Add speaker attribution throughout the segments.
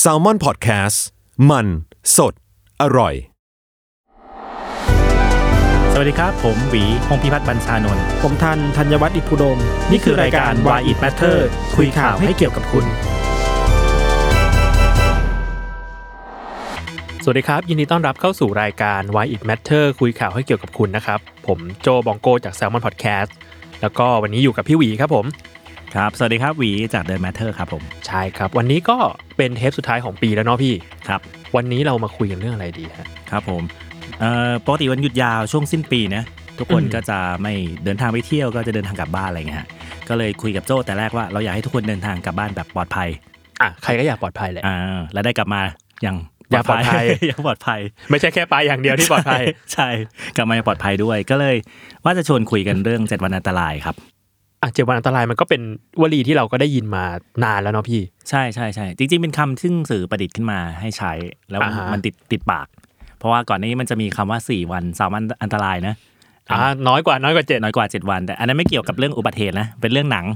Speaker 1: แซลมอนพอดแคสต์มันสดอร่อย
Speaker 2: สวัสดีครับ ผมหวีพงพิพัฒน์บรรชานนท์
Speaker 3: ผมทันธัญวัฒน์อิพุดม
Speaker 2: นี่คือรายการ Why It Matter คุยข่าวให้เกี่ยวกับคุณ สวัสดีครับ ยินดีต้อนรับเข้าสู่รายการ Why It Matter คุยข่าวให้เกี่ยวกับคุณนะครับ ผมโจบองโกจาก Salmon Podcast แล้วก็วันนี้อยู่กับพี่หวีครับผม
Speaker 4: ครับ สวัสดีครับหวีจากเด e m แมทเทอร์ครับผม
Speaker 2: ใช่ครับ วันนี้ก็เป็นเทปสุดท้ายของปีแล้วเนาะพี่
Speaker 4: ครับ
Speaker 2: วันนี้เรามาคุยกันเรื่องอะไรดีฮะ
Speaker 4: ครับผมเอ่อปกติวันหยุดยาวช่วงสิ้นปีนะทุกคน
Speaker 2: อืม
Speaker 4: ก็จะไม่เดินทางไปเที่ยวก็จะเดินทางกลับบ้านอะไรเงี้ยฮะก็เลยคุยกับโจ้แต่แรกว่าเราอยากให้ทุกคนเดินทางกลับบ้านแบบปลอดภัย
Speaker 2: อ่ะใครก็อยากปลอดภัยแหละ
Speaker 4: อ่าและได้กลับมาอย่าง
Speaker 2: อย่างปลอดภัย
Speaker 4: อย่างปลอดภัย
Speaker 2: ไม่ใช่แค่ไปอย่างเดียวที่ปลอดภัย
Speaker 4: ใช่ใช่กลับมาอย่างปลอดภัยด้วย ก็เลยว่าจะชวนคุยกันเรื่องเจ็ดวันอันตรายครับ
Speaker 2: อ่ะเจ็ดวันอันตรายมันก็เป็นวลีที่เราก็ได้ยินมานานแล้วเนาะพี่
Speaker 4: ใช่ใช่ใช่จริงๆ เป็นคำซึ่งสื่อประดิษฐ์ขึ้นมาให้ใช้ แล้ว
Speaker 2: อ่าฮะ
Speaker 4: มันติดติดปาก เพราะว่าก่อนหนานี้มันจะมีคำว่าสี่วันสามวันอันตรายนะ
Speaker 2: อ่าน้อยกว่าน้อยกว่าเจ็ด
Speaker 4: น้อยกว่า 7 วัน แต่อันนั้นไม่เกี่ยวกับเรื่องอุบัติเหตุนะ เป็นเรื่องหนัง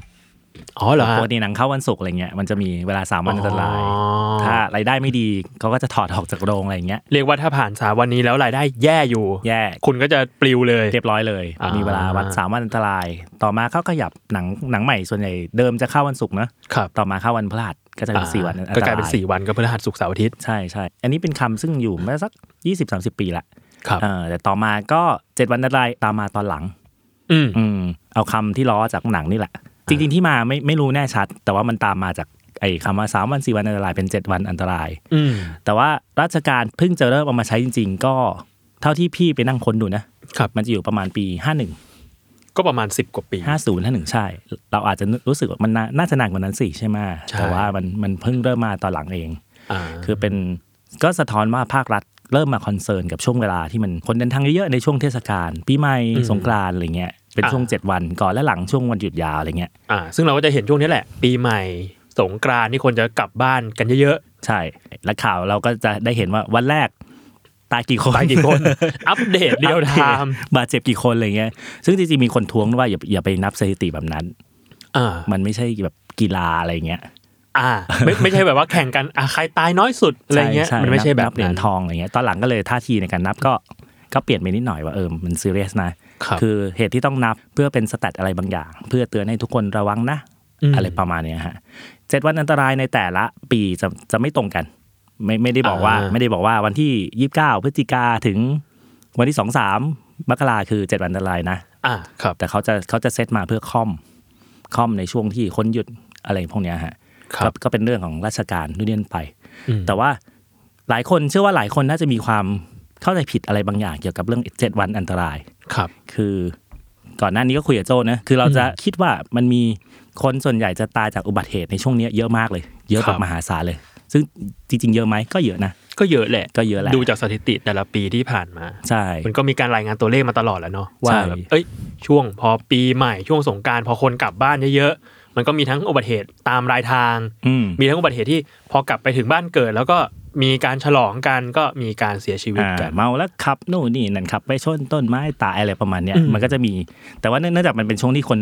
Speaker 2: อ๋อเหรอฮะ
Speaker 4: ปกติหนังเข้าวันศุกร์อะไรเงี้ยมันจะมีเวลา 3 วันอันตราย
Speaker 2: อ๋อ
Speaker 4: ถ้ารายได้ไม่ดีเขาก็จะถอดออกจากโรงอะไรเงี้ย
Speaker 2: เรียกว่าถ้าผ่านสามวันนี้แล้วรายได้แย่อยู่
Speaker 4: แย่
Speaker 2: คุณก็จะปลิวเลย
Speaker 4: เรียบร้อยเลย
Speaker 2: อ่ามี
Speaker 4: มีเวลาวันสามวันอันตราย ต่อมาเขาขยับหนังหนังใหม่ส่วนใหญ่เดิมจะเข้าวันศุกร์นะครับ ต่อมาเข้าวันพฤหัสก็จะเป็นสี่วันอัน
Speaker 2: ก็ก
Speaker 4: ตา
Speaker 2: ลาร
Speaker 4: ย
Speaker 2: ยเป็นสี่วันก็พฤหัสศุกร์เสาร์อาทิตย์
Speaker 4: ใช่ใช่อันนี้เป็นคำซึ่งอยู่มาสัก 20-30 ปีละ
Speaker 2: ครับ
Speaker 4: เออแต่ต่อมาก็เจ็ดวันอันตรายตามมาตอนหลัง
Speaker 2: อืม
Speaker 4: อืมเอาคำที่ล้อจากหนังนี่แหละ จริง ๆ ที่มาไม่ไม่รู้แน่ชัด แต่ว่ามันตามมาจากไอ้คำว่าสามวันสี่วันอันตรายเป็นเจ็ดวันอันตราย
Speaker 2: อืม
Speaker 4: แต่ว่าราชการเพิ่งจะเริ่มเอามาใช้จริง ๆ ก็เท่าที่พี่ไปนั่งค้นดูนะครับ มันจะอยู่ประมาณปี 51
Speaker 2: ก็ประมาณสิบกว่าปี
Speaker 4: 50 51 ใช่ เราอาจจะรู้สึกว่ามันน่าน่าจะนานกว่านั้นสิใช่ไหม
Speaker 2: ใช่
Speaker 4: แต่ว่ามันมันเพิ่งเริ่มมาตอนหลังเอง
Speaker 2: อ่า
Speaker 4: คือเป็นก็สะท้อนว่าภาครัฐเริ่มมาคอนเซิร์นกับช่วงเวลาที่มันคนเดินทางเยอะๆในช่วงเทศกาลปีใหม่สงกรานต์อะไรเงี้ยเป็นช่วง 7 วันก่อนและหลังช่วงวันหยุดยาวอะไรเงี้ย
Speaker 2: อ่า ซึ่งเราก็จะเห็นช่วงนี้แหละ ปีใหม่ สงกรานต์นี่คนจะกลับบ้านกันเยอะ
Speaker 4: ใช่ และข่าวเราก็จะได้เห็นว่าวันแรกตายกี่คน
Speaker 2: ๆไปกี่คน อัปเดตเดียวไทม์
Speaker 4: บาดเจ็บกี่คนอะไรเงี้ยซึ่งจริงๆมีคนท้วงว่าอย่าอย่าไปนับสถิติแบบนั้น
Speaker 2: อ่า
Speaker 4: มันไม่ใช่แบบกีฬาอะไรเงี้ย
Speaker 2: อ่า ไม่ไม่ใช่แบบว่าแข่งกันอ่ะใครตายน้อยสุดอะไรเงี้ย
Speaker 4: ใช่
Speaker 2: มันไม่ใช่แบบ
Speaker 4: เหรีย
Speaker 2: นั้
Speaker 4: ญ
Speaker 2: น
Speaker 4: ทองอะไรเงี้ยตอนหลังก็เลยท่าทีในการนับก็ก็เปลี่ยนไปนิดหน่อยว่าเออมันซีเรียสนะ
Speaker 2: ครับ
Speaker 4: คือเหตุที่ต้องนับเพื่อเป็นสแตทอะไรบางอย่าง เพื่อเตือนให้ทุกคนระวังนะ
Speaker 2: ม
Speaker 4: อะไรประมาณเนี้ยฮะเจ็ดวันอันตรายในแต่ละปีจะจะไม่ตรงกัน ไม่ไม่ได้บอกว่า
Speaker 2: อ่า
Speaker 4: ไม่ได้บอกว่าวันที่ยี่สิบเก้าพฤศจิกาถึงวันที่สองสามมกราคือเจ็ดวันอันตรายนะ
Speaker 2: อ่าครับ
Speaker 4: แต่เขาจะเขาจะเซตมาเพื่อค่อมค่อมในช่วงที่คนหยุดอะไรพวกเนี้ยฮะ
Speaker 2: ครับ
Speaker 4: ก็ก็เป็นเรื่องของราชการเรื่อยๆไป
Speaker 2: อืม
Speaker 4: แต่ว่าหลายคนเชื่อว่าหลายคนน่าจะมีความเข้าใจผิดอะไรบางอย่างเกี่ยวกับเรื่องเจ็ดวันอันตราย
Speaker 2: ครับ
Speaker 4: คือก่อนหน้านี้ก็คุยกับโจนะ คือเราจะคิดว่ามันมีคนส่วนใหญ่จะตายจากอุบัติเหตุในช่วงเนี้ยเยอะมากเลย เยอะแบ
Speaker 2: ครับ บ
Speaker 4: มหาศาลเลย ซึ่งจริง ๆ เยอะไหมก็เยอะนะ
Speaker 2: ก็เยอะแหละ
Speaker 4: ก็เยอะแหละ
Speaker 2: ดูจากสถิติแต่ละปีที่ผ่านมา
Speaker 4: ใช่
Speaker 2: มันก็มีการรายงานตัวเลขมาตลอดแหล้วเนาะว่า
Speaker 4: ใช่
Speaker 2: แบบเอ้ย ช่วงพอปีใหม่ช่วงสงกรารพอคนกลับบ้านเยอะๆ มันก็มีทั้งอุบัติเหตุตามรายทาง
Speaker 4: อืม
Speaker 2: มีทั้งอุบัติเหตุที่พอกลับไปถึงบ้านเกิด แล้วก็มีการฉลองกันก็มีการเสียชีวิตกัน
Speaker 4: อ่าเมาแล้วขับโน่นนี่นั่นขับ ไปชนต้นไม้ตายอะไรประมาณเนี้ย
Speaker 2: อืม
Speaker 4: มันก็จะมี แต่ว่าเนื่องจากมันเป็นช่วงที่คน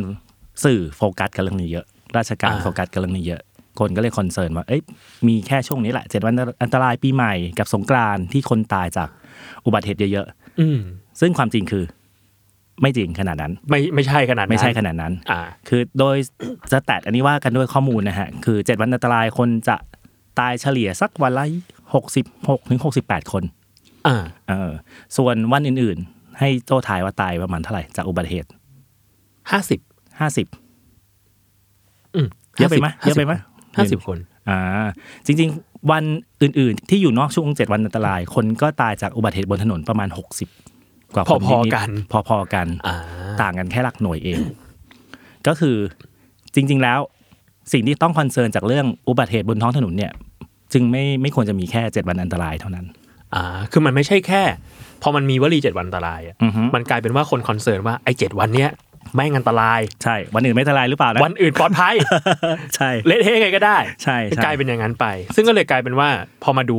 Speaker 4: สื่อโฟกัสกับเรื่องนี้เยอะ ราชการ
Speaker 2: อ่า
Speaker 4: โฟกัสกับเรื่องนี้เยอะ คนก็เลยคอนเซิร์นว่าเอ้ยมีแค่ช่วงนี้แหละเจ็ดวันอันตรายปีใหม่กับสงกรานต์ที่คนตายจากอุบัติเหตุเยอะ
Speaker 2: อืม
Speaker 4: ๆ ซึ่งความจริงคือ ไม่จริงขนาดนั้น
Speaker 2: ไม่ไม่ใช่ขนาดนั้น
Speaker 4: ไม่ใช่ขนาดนั้น
Speaker 2: อ่า
Speaker 4: คือโดยสแตทอันนี้ว่ากันด้วยข้อมูลนะฮะ คือ 7 วันอันตรายคนจะตายเฉลี่ยสักวันละ66ถึง68 คน
Speaker 2: อ่า
Speaker 4: เออส่วนวันอื่นๆ ให้โจ้ทายว่าตายประมาณเท่าไหร่จากอุบัติเหตุ
Speaker 2: ห้าสิบ
Speaker 4: ห้าสิบ
Speaker 2: อืม
Speaker 4: เยอะไปไหมเยอะไปไหม
Speaker 2: ห้าสิบคน
Speaker 4: อ่า จริงๆ วันอื่นๆ ที่อยู่นอกช่วงเจ็ดวันอันตราย คนก็ตายจากอุบัติเหตุบนถนนประมาณหกสิบกว่าคน
Speaker 2: พอๆ
Speaker 4: ดๆ
Speaker 2: กัน
Speaker 4: พอๆกัน
Speaker 2: อ่า
Speaker 4: ต่างกันแค่หลักหน่วยเอง ก็คือจริง ๆ แล้วสิ่งที่ต้องคอนเซิร์นจากเรื่องอุบัติเหตุบนท้องถนนเนี่ย จึงไม่ไม่ควรจะมีแค่เจ็ดวันอันตรายเท่านั้น
Speaker 2: อ่า คือมันไม่ใช่แค่ พอมันมีวลีเจ็ดวันอันตรายอะ
Speaker 4: อือฮึ
Speaker 2: มันกลายเป็นว่าคนคอนเซิร์นว่าไอ้เจ็ดวันเนี้ยแม่งอันตร าย
Speaker 4: ใช่ วันอื่นไม่อันตรายหรือเปล่านะ
Speaker 2: วันอื่นปลอดภัย
Speaker 4: ใช่
Speaker 2: เละเทะไงก็ได้
Speaker 4: ใช่ใช่
Speaker 2: กลายเป็นอย่างนั้นไป ซึ่งก็เลยกลายเป็นว่าพอมาดู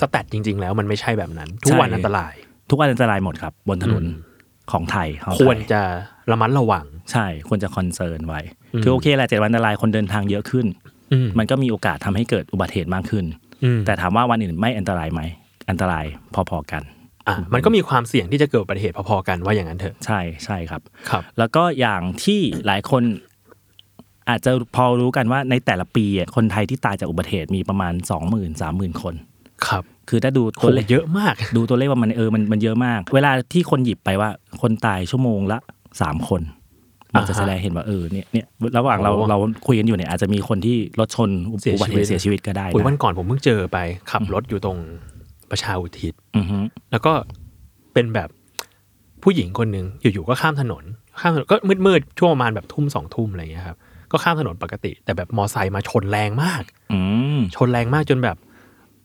Speaker 2: สแตทจริง ๆ แล้วมันไม่ใช่แบบนั้น ทุกวันอันตราย
Speaker 4: ทุกวันอันตรายหมดครับ บนถนน
Speaker 2: อืม
Speaker 4: ของไทยของไทย
Speaker 2: ควรจะระมัดระวัง
Speaker 4: ใช่ ควรจะคอนเซิร์นไว้
Speaker 2: อืม
Speaker 4: คือโอเคแหละเจ็ดวันอันตรายคนเดินทางเยอะขึ้น
Speaker 2: อืม
Speaker 4: มันก็มีโอกาสทำให้เกิดอุบัติเหตุมากขึ้น
Speaker 2: อืม
Speaker 4: แต่ถามว่าวันอื่นไม่อันตรายไหม อันตรายพอๆกัน
Speaker 2: อ่ะมันก็มีความเสี่ยงที่จะเกิดอุบัติเหตุพอๆกันว่าอย่างนั้นเถอะ
Speaker 4: ใช่ใช่ครับ
Speaker 2: ครับ
Speaker 4: แล้วก็อย่างที่หลายคนอาจจะพอรู้กันว่าในแต่ละปีอ่ะคนไทยที่ตายจากอุบัติเหตุมีประมาณ 2 0 0 0 0 3 0,000 คน
Speaker 2: ครับ
Speaker 4: คือถ้าดู
Speaker 2: โห
Speaker 4: ตัวเลข
Speaker 2: เยอะมาก
Speaker 4: ดูตัวเลขว่ามันเออมันมันเยอะมาก เวลาที่คนหยิบไปว่าคนตายชั่วโมงละ 3 คน มันจะ
Speaker 2: อ่าฮะ
Speaker 4: แสดงเห็นว่าเออเนี่ยเนี่ยระหว่างเรา
Speaker 2: โอ้
Speaker 4: เราคุยกันอยู่เนี่ยอาจจะมีคนที่รถชนอุ
Speaker 2: เสียชีวิต
Speaker 4: บัติเหตุเสียชีวิตก็ได้
Speaker 2: โอ้ยวัน
Speaker 4: นะ
Speaker 2: ก่อนผมเพิ่งเจอไปขับรถอยู่ตรงประชาอุทิศ
Speaker 4: อือฮึ
Speaker 2: แล้วก็เป็นแบบผู้หญิงคนหนึ่งอยู่ๆก็ข้ามถนน ข้ามถนนก็มืดๆช่วงประมาณแบบทุ่มสองทุ่มอะไรอย่างเงี้ยครับก็ข้ามถนนปกติ แต่แบบมอไซค์มาชนแรงมาก
Speaker 4: อืม
Speaker 2: ชนแรงมากจนแบบ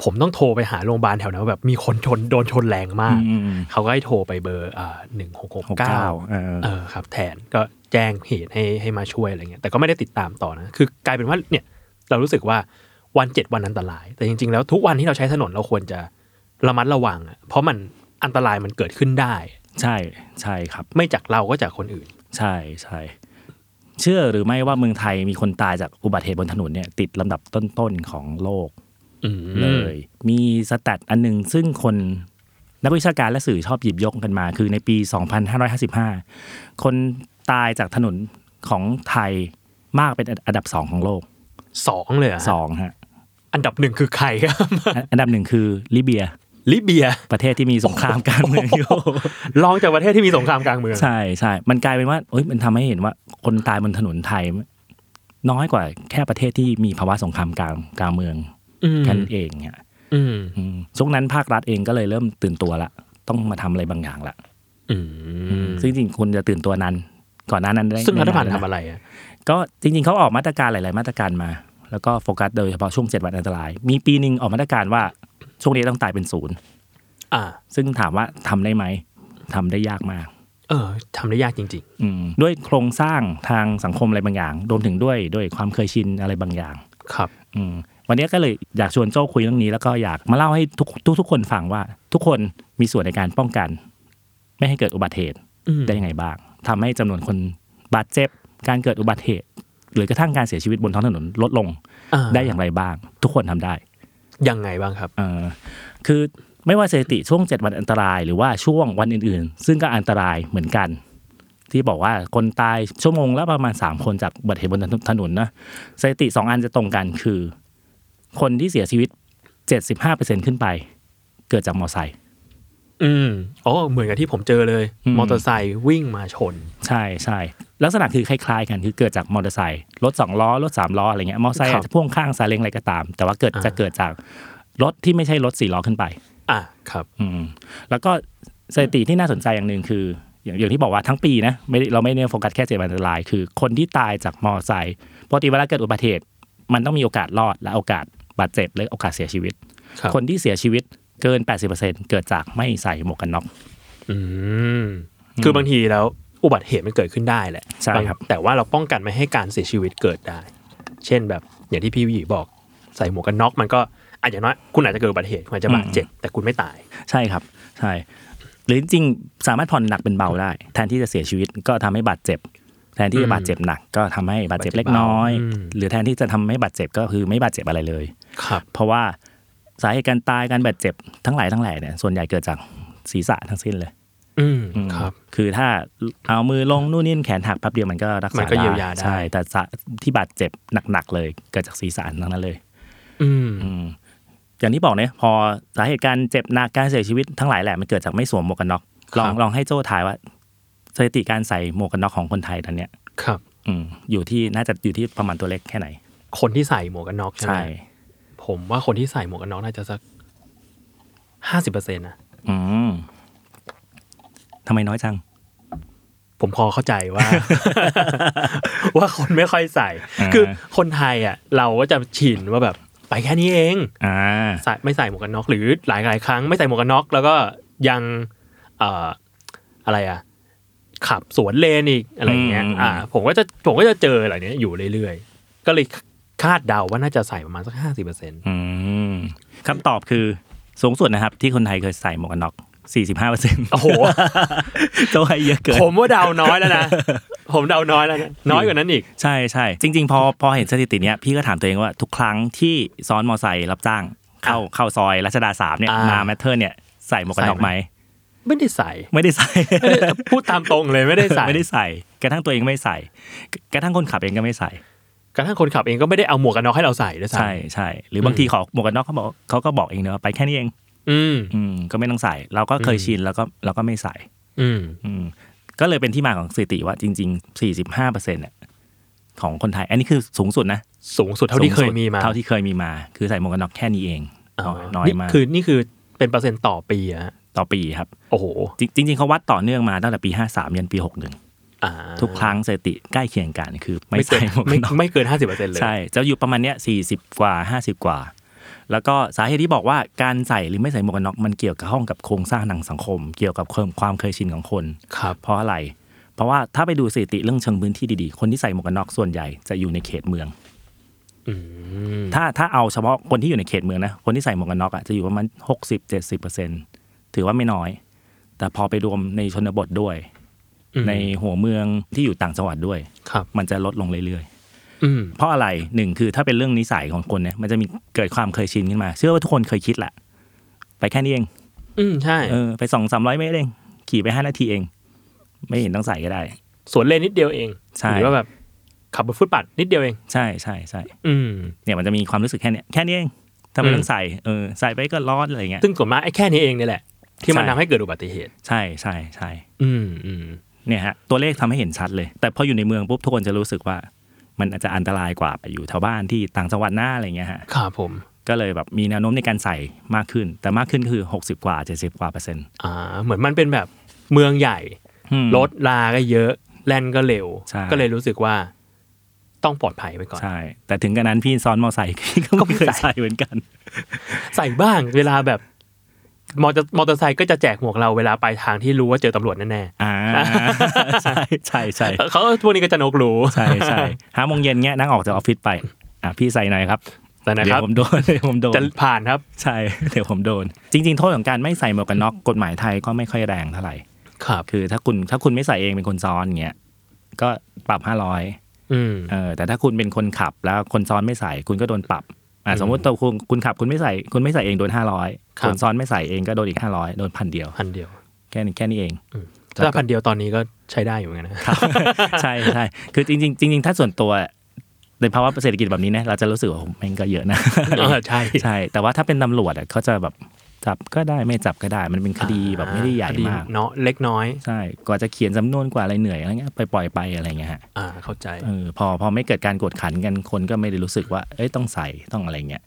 Speaker 2: ผมต้องโทรไปหาโรงพยาบาลแถวนั้นว่าแบบมีคนชนโดนชนแรงมาก
Speaker 4: อืม
Speaker 2: เขาก็ให้โทรไปเบอร์หนึ่งหกหก
Speaker 4: หก
Speaker 2: เก้า
Speaker 4: เก้าเออ
Speaker 2: เออครับ แทนก็แจ้งเหตุให้ให้มาช่วยอะไรเงี้ยแต่ก็ไม่ได้ติดตามต่อนะ คือกลายเป็นว่าเนี่ยเรารู้สึกว่าวันเจ็ดวันอันตราย แต่จริงๆ แล้วทุกวันที่เราใช้ถนนเราควรจะระมัดระวังอะเพราะมันอันตรายมันเกิดขึ้นได้
Speaker 4: ใช่ใช่ครับ
Speaker 2: ไม่จากเราก็จากคนอื่น
Speaker 4: ใช่ใช่เชื่อหรือไม่ว่าเมืองไทยมีคนตายจากอุบัติเหตุบนถนนเนี่ยติดลำดับต้นๆของโลก
Speaker 2: อืม
Speaker 4: เลย มีสแตทอันหนึงซึ่งคนนักวิชาการและสื่อชอบหยิบยกกันมา คือในปี 2555 คนตายจากถนนของไทยมากเป็นอันดับสองของโลก
Speaker 2: สองเลยเหรอะ
Speaker 4: สองฮะ
Speaker 2: อันดับหนึ่งคือใคร ครับ
Speaker 4: อันอันดับหนึ่งคือลิเบีย
Speaker 2: ลิเบีย
Speaker 4: ประเทศที่มีสงครามกลางเมืองอยู่
Speaker 2: รองจากประเทศที่มีสงครามกลางเมือง
Speaker 4: ใช่ใช่ มันกลายเป็นว่าเอ้ย มันทำให้เห็นว่าคนตายบนถนนไทย น้อยกว่าแค่ประเทศที่มีภาวะสงครามกลางกลางเมือง
Speaker 2: อืม
Speaker 4: กันเองเนี่ย
Speaker 2: อืม
Speaker 4: อืมช่วงนั้นภาครัฐเองก็เลยเริ่มตื่นตัวละ ต้องมาทำอะไรบางอย่างละ
Speaker 2: อืม
Speaker 4: ซึ่งจริงๆคุณจะตื่นตัวนั้น ก่อนหน้านั้นได้
Speaker 2: ซึ่งรัฐบาล
Speaker 4: ม่นน
Speaker 2: ทำอะไรอะ
Speaker 4: ก็จริง ๆ เขาออกมาตรการหลาย ๆ มาตรการมา แล้วก็โฟกัสโดยเฉพาะช่วงเจ็ดวันอันตราย มีปีหนึ่งออกมาตรการว่าช่วงนี้ต้องตายเป็นศูนย์
Speaker 2: อ่า
Speaker 4: ซึ่งถามว่าทำได้ไหมทำได้ยากมาก
Speaker 2: เออทำได้ยากจริง
Speaker 4: อืมด้วยโครงสร้างทางสังคมอะไรบางอย่างรวมถึงด้วยด้วยความเคยชินอะไรบางอย่าง
Speaker 2: ๆ ครับ
Speaker 4: อืมวันนี้ก็เลยอยากชวนโจ้คุยเรื่องนี้ แล้วก็อยากมาเล่าให้ทุกทุกทุกคนฟังว่า ทุกคนมีส่วนในการป้องกัน ไม่ให้เกิดอุบัติเหตุ
Speaker 2: อืม
Speaker 4: ได้ยังไงบ้างทำให้จำนวนคนบาดเจ็บ การเกิดอุบัติเหตุ หรือกระทั่งการเสียชีวิตบนท้องถนนลดลง
Speaker 2: อ่า
Speaker 4: ได้อย่างไรบ้าง ทุกคนทำได้
Speaker 2: ยังไงบ้างครับ
Speaker 4: เอ่อคือไม่ว่าสถิติช่วง 7 วันอันตรายหรือว่าช่วงวันอื่นๆ ซึ่งก็อันตรายเหมือนกัน ที่บอกว่าคนตายชั่วโมงละประมาณ 3 คนจากอุบัติเหตุบนถนนนะสถิติ 2 อันจะตรงกันคือ คนที่เสียชีวิต 75%ขึ้นไป เกิดจากมอไซค์
Speaker 2: อืมอ๋อเหมือนกับที่ผมเจอเลย
Speaker 4: อืม
Speaker 2: มอเตอร์ไซค์วิ่งมาชน
Speaker 4: ใช่ใช่ลักษณะคือคล้ายๆกันคือเกิดจากมอเตอร์ไซค์รถสองล้อรถสามล้ออะไรเงี้ยมอเตอร์ไซค์
Speaker 2: ครับ
Speaker 4: อาจจะพ่วงข้างซาเล้งอะไรก็ตาม แต่ว่าเกิด
Speaker 2: อ่า
Speaker 4: จะเกิดจากรถที่ไม่ใช่รถสี่ล้อขึ้นไป
Speaker 2: อ่ะครับ
Speaker 4: อืมแล้วก็สถิติที่น่าสนใจอย่างหนึ่งคือ อย่างอย่างที่บอกว่าทั้งปีนะไม่ได้เราไม่ได้โฟกัสแค่เจ็บอันตราย คือคนที่ตายจากมอไซค์ปกติเวลาเกิดอุบัติเหตุมันต้องมีโอกาสรอดและโอกาสบาดเจ็บหรือโอกาสเสียชีวิต
Speaker 2: ครับ
Speaker 4: คนที่เสียชีวิตเกิน 80%เกิดจากไม่ใส่หมวกกันน็อก
Speaker 2: อืมคือบางทีแล้วอุบัติเหตุมันเกิดขึ้นได้แหละ
Speaker 4: ใช่ครับ
Speaker 2: างแต่ว่าเราป้องกันไม่ให้การเสียชีวิตเกิดได้ เช่นแบบอย่างที่พี่หยีบอกใส่หมวกกันน็อกมันก็อาจจะน้อยคุณอาจจะเกิดอุบัติเหตุคุณอาจจะบาดเจ็บแต่คุณไม่ตาย
Speaker 4: ใช่ครับใช่หรือจริงๆสามารถผ่อนหนักเป็นเบาได้ แทนที่จะเสียชีวิตก็ทำให้บาดเจ็บ แทนที่จะบาดเจ็บหนักก็ทำให้บาดเจ็บเล็กน้อย
Speaker 2: บาดเจ็บเบาอืม
Speaker 4: หรือแทนที่จะทำให้บาดเจ็บก็คือไม่บาดเจ็บอะไรเลย
Speaker 2: ครับ
Speaker 4: เพราะว่าสาเหตุการตายการบาดเจ็บทั้งหลายทั้งแหล่เนี่ยส่วนใหญ่เกิดจากศีรษะทั้งสิ้นเลย
Speaker 2: อืม
Speaker 4: อืม
Speaker 2: ครับ
Speaker 4: คือถ้าเอามือลงนู่นนี่แขนหักแป๊บเดียวมันก็รัก
Speaker 2: มั
Speaker 4: ษาน
Speaker 2: ก็เยียวยาได้
Speaker 4: ใช่ แต่สะที่บาดเจ็บหนักๆเลยเกิดจากศีรษะทั้งนั้นเลย
Speaker 2: อืม
Speaker 4: อืมอย่างที่บอกเนี่ยพอสาเหตุการเจ็บหนักการเสียชีวิตทั้งหลายแหละมันเกิดจากไม่สวมหมวกกันน็อกลองลองให้โจ้ทายว่าสถิติการใส่หมวกกันน็อกของคนไทยตอนเนี้ย
Speaker 2: ครับ
Speaker 4: อืมอยู่ที่น่าจะอยู่ที่ประมาณตัวเลขแค่ไหน
Speaker 2: คนที่ใส่หมวกกันน็อกใช่ไหม
Speaker 4: ใช่
Speaker 2: ผมว่าคนที่ใส่หมวกกันน็อกน่าจะสักห้าสิบเปอร์เซ็นต์นะ
Speaker 4: อืมทำไมน้อยจัง
Speaker 2: ผมพอเข้าใจว่า ว่าคนไม่ค่อยใส่
Speaker 4: อ่า
Speaker 2: คือคนไทยอ่ะ เราก็จะชินว่าแบบไปแค่นี้เอง
Speaker 4: อ่า
Speaker 2: ใส่ไม่ใส่หมวกกันน็อกหรือหลายหลายๆครั้งไม่ใส่หมวกกันน็อกแล้วก็ยังเอ่ออะไรอ่ะ ขับสวนเลนอีกอะไรอย่างเงี้ย
Speaker 4: อืม
Speaker 2: อ่า ผมก็จะผมก็จะเจอเหล่านี้อยู่เรื่อยๆ ก็เลยคาดเดาว่าน่าจะใส่ประมาณสักห้าสิบเปอร์เซ็นต์
Speaker 4: อืมคำตอบคือสูงสุดนะครับ ที่คนไทยเคยใส่หมวกกันน็อก 45%
Speaker 2: โอ้โห
Speaker 4: เจ้าไอ้เยอะเกิน
Speaker 2: ผมว่าเดาน้อยแล้วนะ ผมเดาน้อยแล้วนะน้อยกว่านั้นอีก
Speaker 4: ใช่ใช่จริง ๆ พอพอเห็นสถิติเนี้ยพี่ก็ถามตัวเองว่าทุกครั้งที่ซ้อนมอไซค์รับจ้าง เข้าเข้าซอยรัชดาสามเนี่ย
Speaker 2: อ่าม
Speaker 4: มาแมทเทอร์เนี่ยใส่หมวกกันน็อกไหม
Speaker 2: ไม่ได้ใส่
Speaker 4: ไม่ได้ใส่
Speaker 2: ไม่ได้พูดตามตรงเลยไม่ได้ใส่
Speaker 4: ไม่ได้ใส่กระทั่งตัวเองไม่ใส่ กระทั่งคนขับเองก็ไม่ใส่
Speaker 2: กระทั่งคนขับเองก็ไม่ได้เอาหมวกกันน็อกให้เราใส่ด้วยซ้
Speaker 4: ใช่ใช่หรืออบางทีขอหมวกกันน็อกเขาบอกเขาก็บอกเองเนอะไปแค่นี้เอง
Speaker 2: ำอืม
Speaker 4: อืมก็ไม่ต้องใส่ เราก็เคย
Speaker 2: อืม
Speaker 4: ชินแล้วก็เราก็ไม่ใส่
Speaker 2: อืม
Speaker 4: อืมก็เลยเป็นที่มาของสถิติว่าจริง ๆ 45เปอร์เซ็นต์ของคนไทย อันนี้คือสูงสุดนะ
Speaker 2: สูงสุดเท่าที่เคยมีมา
Speaker 4: เท่าที่เคยมีมา คือใส่หมวกกันน็อกแค่นี้เองน้อยน้อยมาก
Speaker 2: คือนี่คือเป็นเปอร์เซ็นต์ต่อปีอะฮะ
Speaker 4: ต่อปีครับ
Speaker 2: โอ้โห
Speaker 4: จริง ๆเขาวัดต่อเนื่องมาตั้งแต่ปี 53ยันปี
Speaker 2: อ่า
Speaker 4: 61 ทุกครั้งสถิติใกล้เคียงกันคือไม่
Speaker 2: เกิ
Speaker 4: ใส่
Speaker 2: น
Speaker 4: หมวก
Speaker 2: ไม่
Speaker 4: กันน็อก
Speaker 2: ไม่เกินห้าสิบเปอร์เซ็นต์เลย
Speaker 4: ใช่ จะอยู่ประมาณเนี้ยสี่สิบกว่าห้าสิบกว่า แล้วก็สาเหตุที่บอกว่าการใส่หรือไม่ใส่หมวกกันน็อกมันเกี่ยวกับห้องกับโครงสร้างทางสังคม เกี่ยวกับความความเคยชินของคน
Speaker 2: ครับ
Speaker 4: เพราะอะไร เพราะว่าถ้าไปดูสถิติเรื่องเชิงพื้นที่ดีๆ คนที่ใส่หมวกกันน็อกส่วนใหญ่จะอยู่ในเขตเมือง
Speaker 2: อืม
Speaker 4: ถ้าถ้าเอาเฉพาะคนที่อยู่ในเขตเมืองนะ คนที่ใส่หมวกกันน็อกอ่ะจะอยู่ประมาณหกสิบเจ็ดสิบเปอร์เซ็นถือว่าไม่น้อย แต่พอไปรวมในชนบทด้วย ในหัวเมืองที่อยู่ต่างจังหวัดด้วย
Speaker 2: ครับ
Speaker 4: มันจะลดลงเรื่อยๆ
Speaker 2: อืม
Speaker 4: เพราะอะไรหนึ่งคือถ้าเป็นเรื่องนิสัยของคนเนี่ยมันจะมีเกิดความเคยชินขึ้นมา เชื่อว่าทุกคนเคยคิดแหละ ไปแค่นี้เอง
Speaker 2: อืมใช่
Speaker 4: เออไปสองสามร้อยเมตรเองขี่ไปห้านาทีเอง ไม่เห็นต้องใส่ก็ได้
Speaker 2: สวนเลนนิดเดียวเอง
Speaker 4: ใช่
Speaker 2: หรือว่าแบบขับบนฟุตบาทนิดเดียวเอง
Speaker 4: ใช่ใช่ใช่
Speaker 2: อืม
Speaker 4: เนี่ยมันจะมีความรู้สึกแค่เนี้ยแค่นี้เองถ้าไม่
Speaker 2: อืม
Speaker 4: ต้องใส่เออใส่ไปก็ร้อนอะไรเงี้ย
Speaker 2: ซึ่งส่วนมากไอ้แค่นี้เองเนี่ยแหละ ที่มัน
Speaker 4: ใช่
Speaker 2: ทำให้เกิดอุบัติเหตุ
Speaker 4: ใช่ใช่ใช่
Speaker 2: อืมอืม
Speaker 4: เนี่ยฮะตัวเลขทำให้เห็นชัดเลย แต่พออยู่ในเมืองปุ๊บทุกคนจะรู้สึกว่า มันอาจจะอันตรายกว่าไปอยู่แถวบ้านที่ต่างจังหวัดหน้าอะไรเงี้ยฮะ
Speaker 2: ครับผม
Speaker 4: ก็เลยแบบมีแนวโน้มในการใส่มากขึ้น แต่มากขึ้นคือ 60 กว่า 70 กว่าเปอร์เซ็นต์
Speaker 2: อ่า เหมือนมันเป็นแบบเมืองใหญ่
Speaker 4: อืม
Speaker 2: รถลาก็เยอะแล่นก็เร็ว
Speaker 4: ใช่
Speaker 2: ก็เลยรู้สึกว่าต้องปลอดภัยไปก่อน
Speaker 4: ใช่ แต่ถึงกระนั้นพี่ซ้อนมอไซค์ พี่ก็ไม่เคยใส่เหมือน กัน
Speaker 2: ใส่บ้างเวลาแบบ มอเตอร์มอเตอร์ไซค์ก็จะแจกหมวกเราเวลาไปทางที่รู้ว่าเจอตำรวจแน่
Speaker 4: อ่า ใช่ใช่ใช่
Speaker 2: ๆเขาพวกนี้ก็จะนกรู้
Speaker 4: ใช่ ใช่ห้าโมงเย็นเงี้ยนั่งออกจากออฟฟิศไป อ่ะพี่ใส่หน่อยครับ
Speaker 2: แต่นะ
Speaker 4: เดี๋ย
Speaker 2: ครับ
Speaker 4: วผมโดนเดี๋ยว ผมโด
Speaker 2: จะ
Speaker 4: น
Speaker 2: ผ่านครับ
Speaker 4: ใช่ เดี๋ยวผมโดน จริง ๆ โทษของการไม่ใส่หมวกกันน็อกกฎหมายไทยก็ไม่ค่อยแรงเท่าไหร่
Speaker 2: ครับ
Speaker 4: คือถ้าคุณถ้าคุณไม่ใส่เองเป็นคนซ้อนเงี้ยก็ปรับห้าร้อย
Speaker 2: อืม
Speaker 4: เออแต่ถ้าคุณเป็นคนขับแล้วคนซ้อนไม่ใส่คุณก็โดนปรับอ่ะสมมติตัวคุณคุณขับคุณไม่ใส่คุณไม่ใส่เองโดนห้าร้อย
Speaker 2: ครับ
Speaker 4: คนซ้อนไม่ใส่เองก็โดนอีกห้าร้อยโดนพันเดียว
Speaker 2: พันเดียว
Speaker 4: แค่นี้แค่ นี้เอง
Speaker 2: ถ้าพันเดียวตอนนี้ก็ใช้ได้อยู่เหมือนกันนะ
Speaker 4: ครับใช่ใช่คือจริงๆจริงๆถ้าส่วนตัวในภาวะเศรษฐกิจแบบนี้นะเราจะรู้สึกว่าโอ้โหแม่งก็เยอะนะ
Speaker 2: เออใช่
Speaker 4: ใช่ แต่ว่าถ้าเป็นตำรวจอ่ะเขาจะแบบจับก็ได้ไม่จับก็ได้ มันเป็นคดีแบบไม่ได้ใหญ่
Speaker 2: คดี
Speaker 4: มาก
Speaker 2: เนาะเล็กน้อย
Speaker 4: ใช่กว่าจะเขียนสำนวนกว่าอะไรเหนื่อยอะไรเงี้ยไปปล่อยไปอะไรเงี้ยฮะ
Speaker 2: อ่าเข้าใจ
Speaker 4: เออพอพอไม่เกิดการกดขันกันคนก็ไม่ได้รู้สึกว่าเอ้ยต้องใส่ต้องอะไรเงี้ย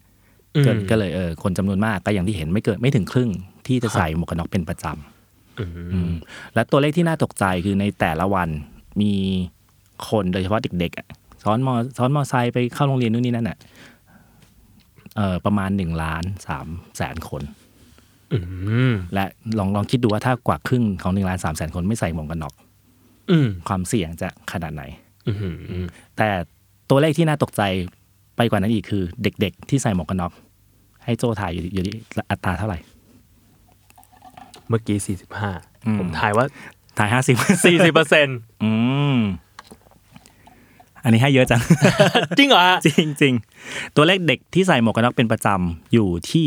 Speaker 4: ก็
Speaker 2: อืม
Speaker 4: ก็เลยเออคนจำนวนมากก็อย่างที่เห็นไม่เกินไม่ถึงครึ่งที่จะใส่หมวกกันน็อกเป็นประจำ
Speaker 2: อืม
Speaker 4: อืมและตัวเลขที่น่าตกใจคือในแต่ละวันมีคนโดยเฉพาะเด็กๆอะซ้อนมอซ้อนมอไซค์ไปเข้าโรงเรียนนู่นนี่นั่นอ่ะเออประมาณหนึ่งล้านสามแสนคน
Speaker 2: อืม
Speaker 4: และลองลองคิดดูว่าถ้ากว่าครึ่งของหนึ่งล้านสามแสนคนไม่ใส่หมวกกันน็อก
Speaker 2: อืม
Speaker 4: ความเสี่ยงจะขนาดไหน
Speaker 2: อืมอืม
Speaker 4: แต่ตัวเลขที่น่าตกใจไปกว่านั้นอีกคือ เด็กๆ ที่ใส่หมวกกันน็อกให้โจถ่ายอยู่อยู่ที่อัตราเท่าไหร่
Speaker 2: เมื่อกี้สี่สิบห้า
Speaker 4: อืม
Speaker 2: ผมทายว่า
Speaker 4: ถ่ายห้าสิบ
Speaker 2: สี่สิบ เปอร์เซ็นต์
Speaker 4: อืมอันนี้ให้เยอะจัง
Speaker 2: จริงเหรอฮะ
Speaker 4: จริงจริงๆ ตัวเลขเด็กที่ใส่หมวกกันน็อกเป็นประจำอยู่ที่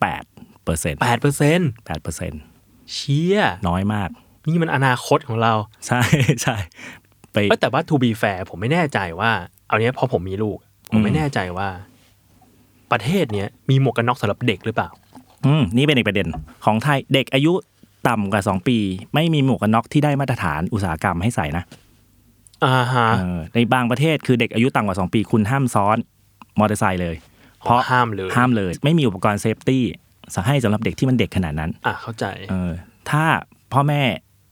Speaker 4: แปดเปอร์เซ็นต์
Speaker 2: แปดเปอร์เซ็นต์
Speaker 4: แปดเปอร์เซ็นต์
Speaker 2: เชี่ย
Speaker 4: น้อยมาก
Speaker 2: นี่มันอนาคตของเรา
Speaker 4: ใช่ ใช่ไป
Speaker 2: เอ้ยแต่ว่า to be fair ผมไม่แน่ใจว่า เอาเนี้ยพอผมมีลูก ผมไม่
Speaker 4: อืม
Speaker 2: แน่ใจว่า ประเทศเนี้ยมีหมวกกันน็อกสำหรับเด็กหรือเปล่า
Speaker 4: อืมนี่เป็นอีกประเด็นของไทยเด็กอายุต่ำกว่า 2 ปี ไม่มีหมวกกันน็อกที่ได้มาตรฐานอุตสาหกรรมให้ใส่นะ
Speaker 2: อ่าฮะ
Speaker 4: เออในบางประเทศคือเด็กอายุต่ำกว่า 2 ปี คุณห้ามซ้อนมอเตอร์ไซค์เลย เพราะ
Speaker 2: ห้ามเลย
Speaker 4: ห้ามเลย ไม่มีอุปกรณ์เซฟตี้ให้สำหรับเด็กที่มันเด็กขนาดนั้น
Speaker 2: อ่าเข้าใจ
Speaker 4: เออถ้าพ่อแม่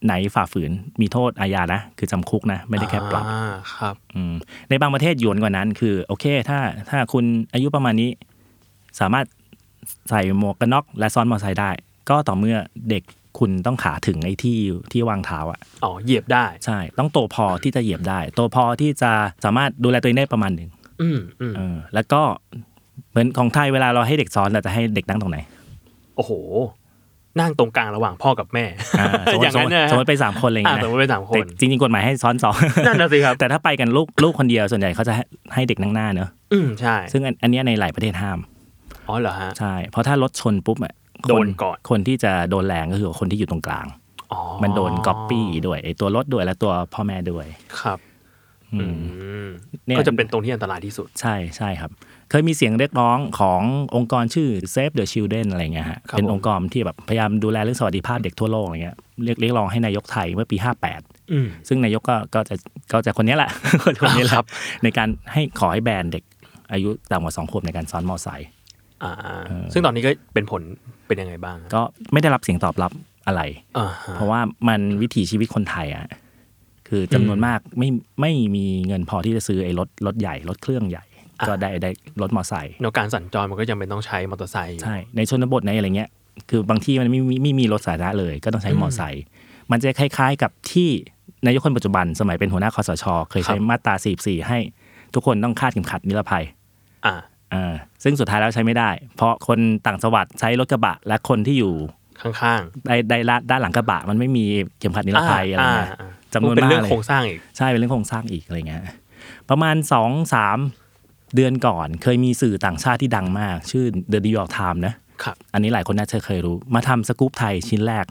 Speaker 4: ไหนฝ่าฝืนมีโทษอาญานะ คือจำคุกนะ ไม่ได้แค่ปรับ
Speaker 2: อ่าครับ
Speaker 4: อืมในบางประเทศหยวนกว่านั้น คือ โอเค ถ้าถ้าคุณอายุประมาณนี้ สามารถใส่หมวกกันน็อกและซ้อนมอเตอร์ไซค์ได้ ก็ต่อเมื่อเด็กคุณต้องขาถึงไอ้ที่ที่วางเท้าอ่ะ
Speaker 2: อ๋อ เหยียบได้
Speaker 4: ใช่ ต้องโตพอที่จะเหยียบได้ โตพอที่จะสามารถดูแลตัวเองได้ประมาณหนึ่ง
Speaker 2: อืมอืม
Speaker 4: เออแล้วก็เหมือนของไทยเวลาเราให้เด็กซ้อนเราจะให้เด็กนั่งตรงไหน
Speaker 2: โอ้โห นั่งตรงกลางระหว่างพ่อกับแม่
Speaker 4: อ่าสมม
Speaker 2: อ
Speaker 4: ติ
Speaker 2: ย่างนั้นนะ
Speaker 4: สมมติไปสามคนอะไรอย่าง
Speaker 2: อ่า
Speaker 4: เงี้ย
Speaker 2: สม
Speaker 4: นะ
Speaker 2: มติไปสามค
Speaker 4: แต่
Speaker 2: น
Speaker 4: จริงๆกฎหมายให้ซ้อนสอง
Speaker 2: นั่นน่ะสิครับ
Speaker 4: แต่ถ้าไปกันลูกลูกคนเดียวส่วนใหญ่เขาจะให้ให้เด็กนั่งหน้าเนอะ
Speaker 2: อืมใช่
Speaker 4: ซึ่งอันอันเนี้ยในหลายประเทศห้าม
Speaker 2: อ๋อเหรอฮะ
Speaker 4: ใช่ เพราะถ้ารถชนปุ๊บอ่ะค
Speaker 2: โดนก่อน
Speaker 4: คนที่จะโดนแรงก็คือคนที่อยู่ตรงกลาง
Speaker 2: อ๋อ
Speaker 4: มันโดนก๊อปปี้ด้วยไอตัวรถด้วยและตัวพ่อแม่ด้วย
Speaker 2: ครับ
Speaker 4: อืม
Speaker 2: อืม
Speaker 4: เนี่ย
Speaker 2: ก็จะเป็นตรงที่อันตรายที่สุด
Speaker 4: ใช่ใช่ครับ เคยมีเสียงเรียกร้องขององค์กรชื่อ Save the Children อะไรเงี้ยฮะ
Speaker 2: ครับ
Speaker 4: เป็น
Speaker 2: ผม
Speaker 4: องค์กรที่แบบพยายามดูแลเรื่องสวัสดิภาพเด็กทั่วโลกอะไรเงี้ยเรียกเรียกร้องให้นายกไทยเมื่อปี 58
Speaker 2: อืม
Speaker 4: ซึ่งนายกก็ก็จะก็จะคนเนี้ยแหละ คนเนี้ยแหละครับ ในการให้ขอให้แบนเด็กอายุต่ำกว่าสองขวบในการซ้อนมอไซค์
Speaker 2: อ่าซึ่งตอนนี้ก็เป็นผลเป็นยังไงบ้าง
Speaker 4: ก็ไม่ได้รับเสียงตอบรับอะไร
Speaker 2: อ่าฮะ
Speaker 4: เพราะว่ามันวิถีชีวิตคนไทยอ่ะคือจำนวนมากไม่ไม่มีเงินพอที่จะซื้อไอ้รถรถใหญ่รถเครื่องใหญ่
Speaker 2: อ่ะ
Speaker 4: ก็ได้ได้รถมอไซค์
Speaker 2: เนอะการสัญจรมันก็ยังเป็นต้องใช้มอเตอร์ไซค์อยู่
Speaker 4: ใช่ในชนบทในอะไรเงี้ย คือบางที่มันไม่ไมไม่มีรถสาธารณะเลย ก็ต้องใช้
Speaker 2: อืม
Speaker 4: มอไซค์มันจะคล้ายๆกับที่นายกคนปัจจุบันสมัยเป็นหัวหน้าคอสช เคยใช้
Speaker 2: ครับ
Speaker 4: มาตรา44ให้ทุกคนต้องคาดเข็มขัดนิรภัย
Speaker 2: อ่า
Speaker 4: อ่าซึ่งสุดท้ายแล้วใช้ไม่ได้ เพราะคนต่างจังหวัดใช้รถกระบะ และคนที่อยู่
Speaker 2: ข้าง
Speaker 4: ได้ได้ด้านหลังกระบะ มันไม่มีเข็มขัดนิ
Speaker 2: ๆ
Speaker 4: รภัยอะไรเงี้ย
Speaker 2: าอ่า
Speaker 4: จำนวนมากเลย
Speaker 2: เป็นเรื่องโครงสร้างอีก
Speaker 4: ใช่เป็นเรื่องโครงสร้างอีกอะไรเงี้ยประมาณสองสามเดือนก่อน เคยมีสื่อต่างชาติที่ดังมาก ชื่อ The New York Times นะครับ อันนี้หลายคนน่าจะเคยรู้ มาทำสกู๊ปไทยชิ้นแรก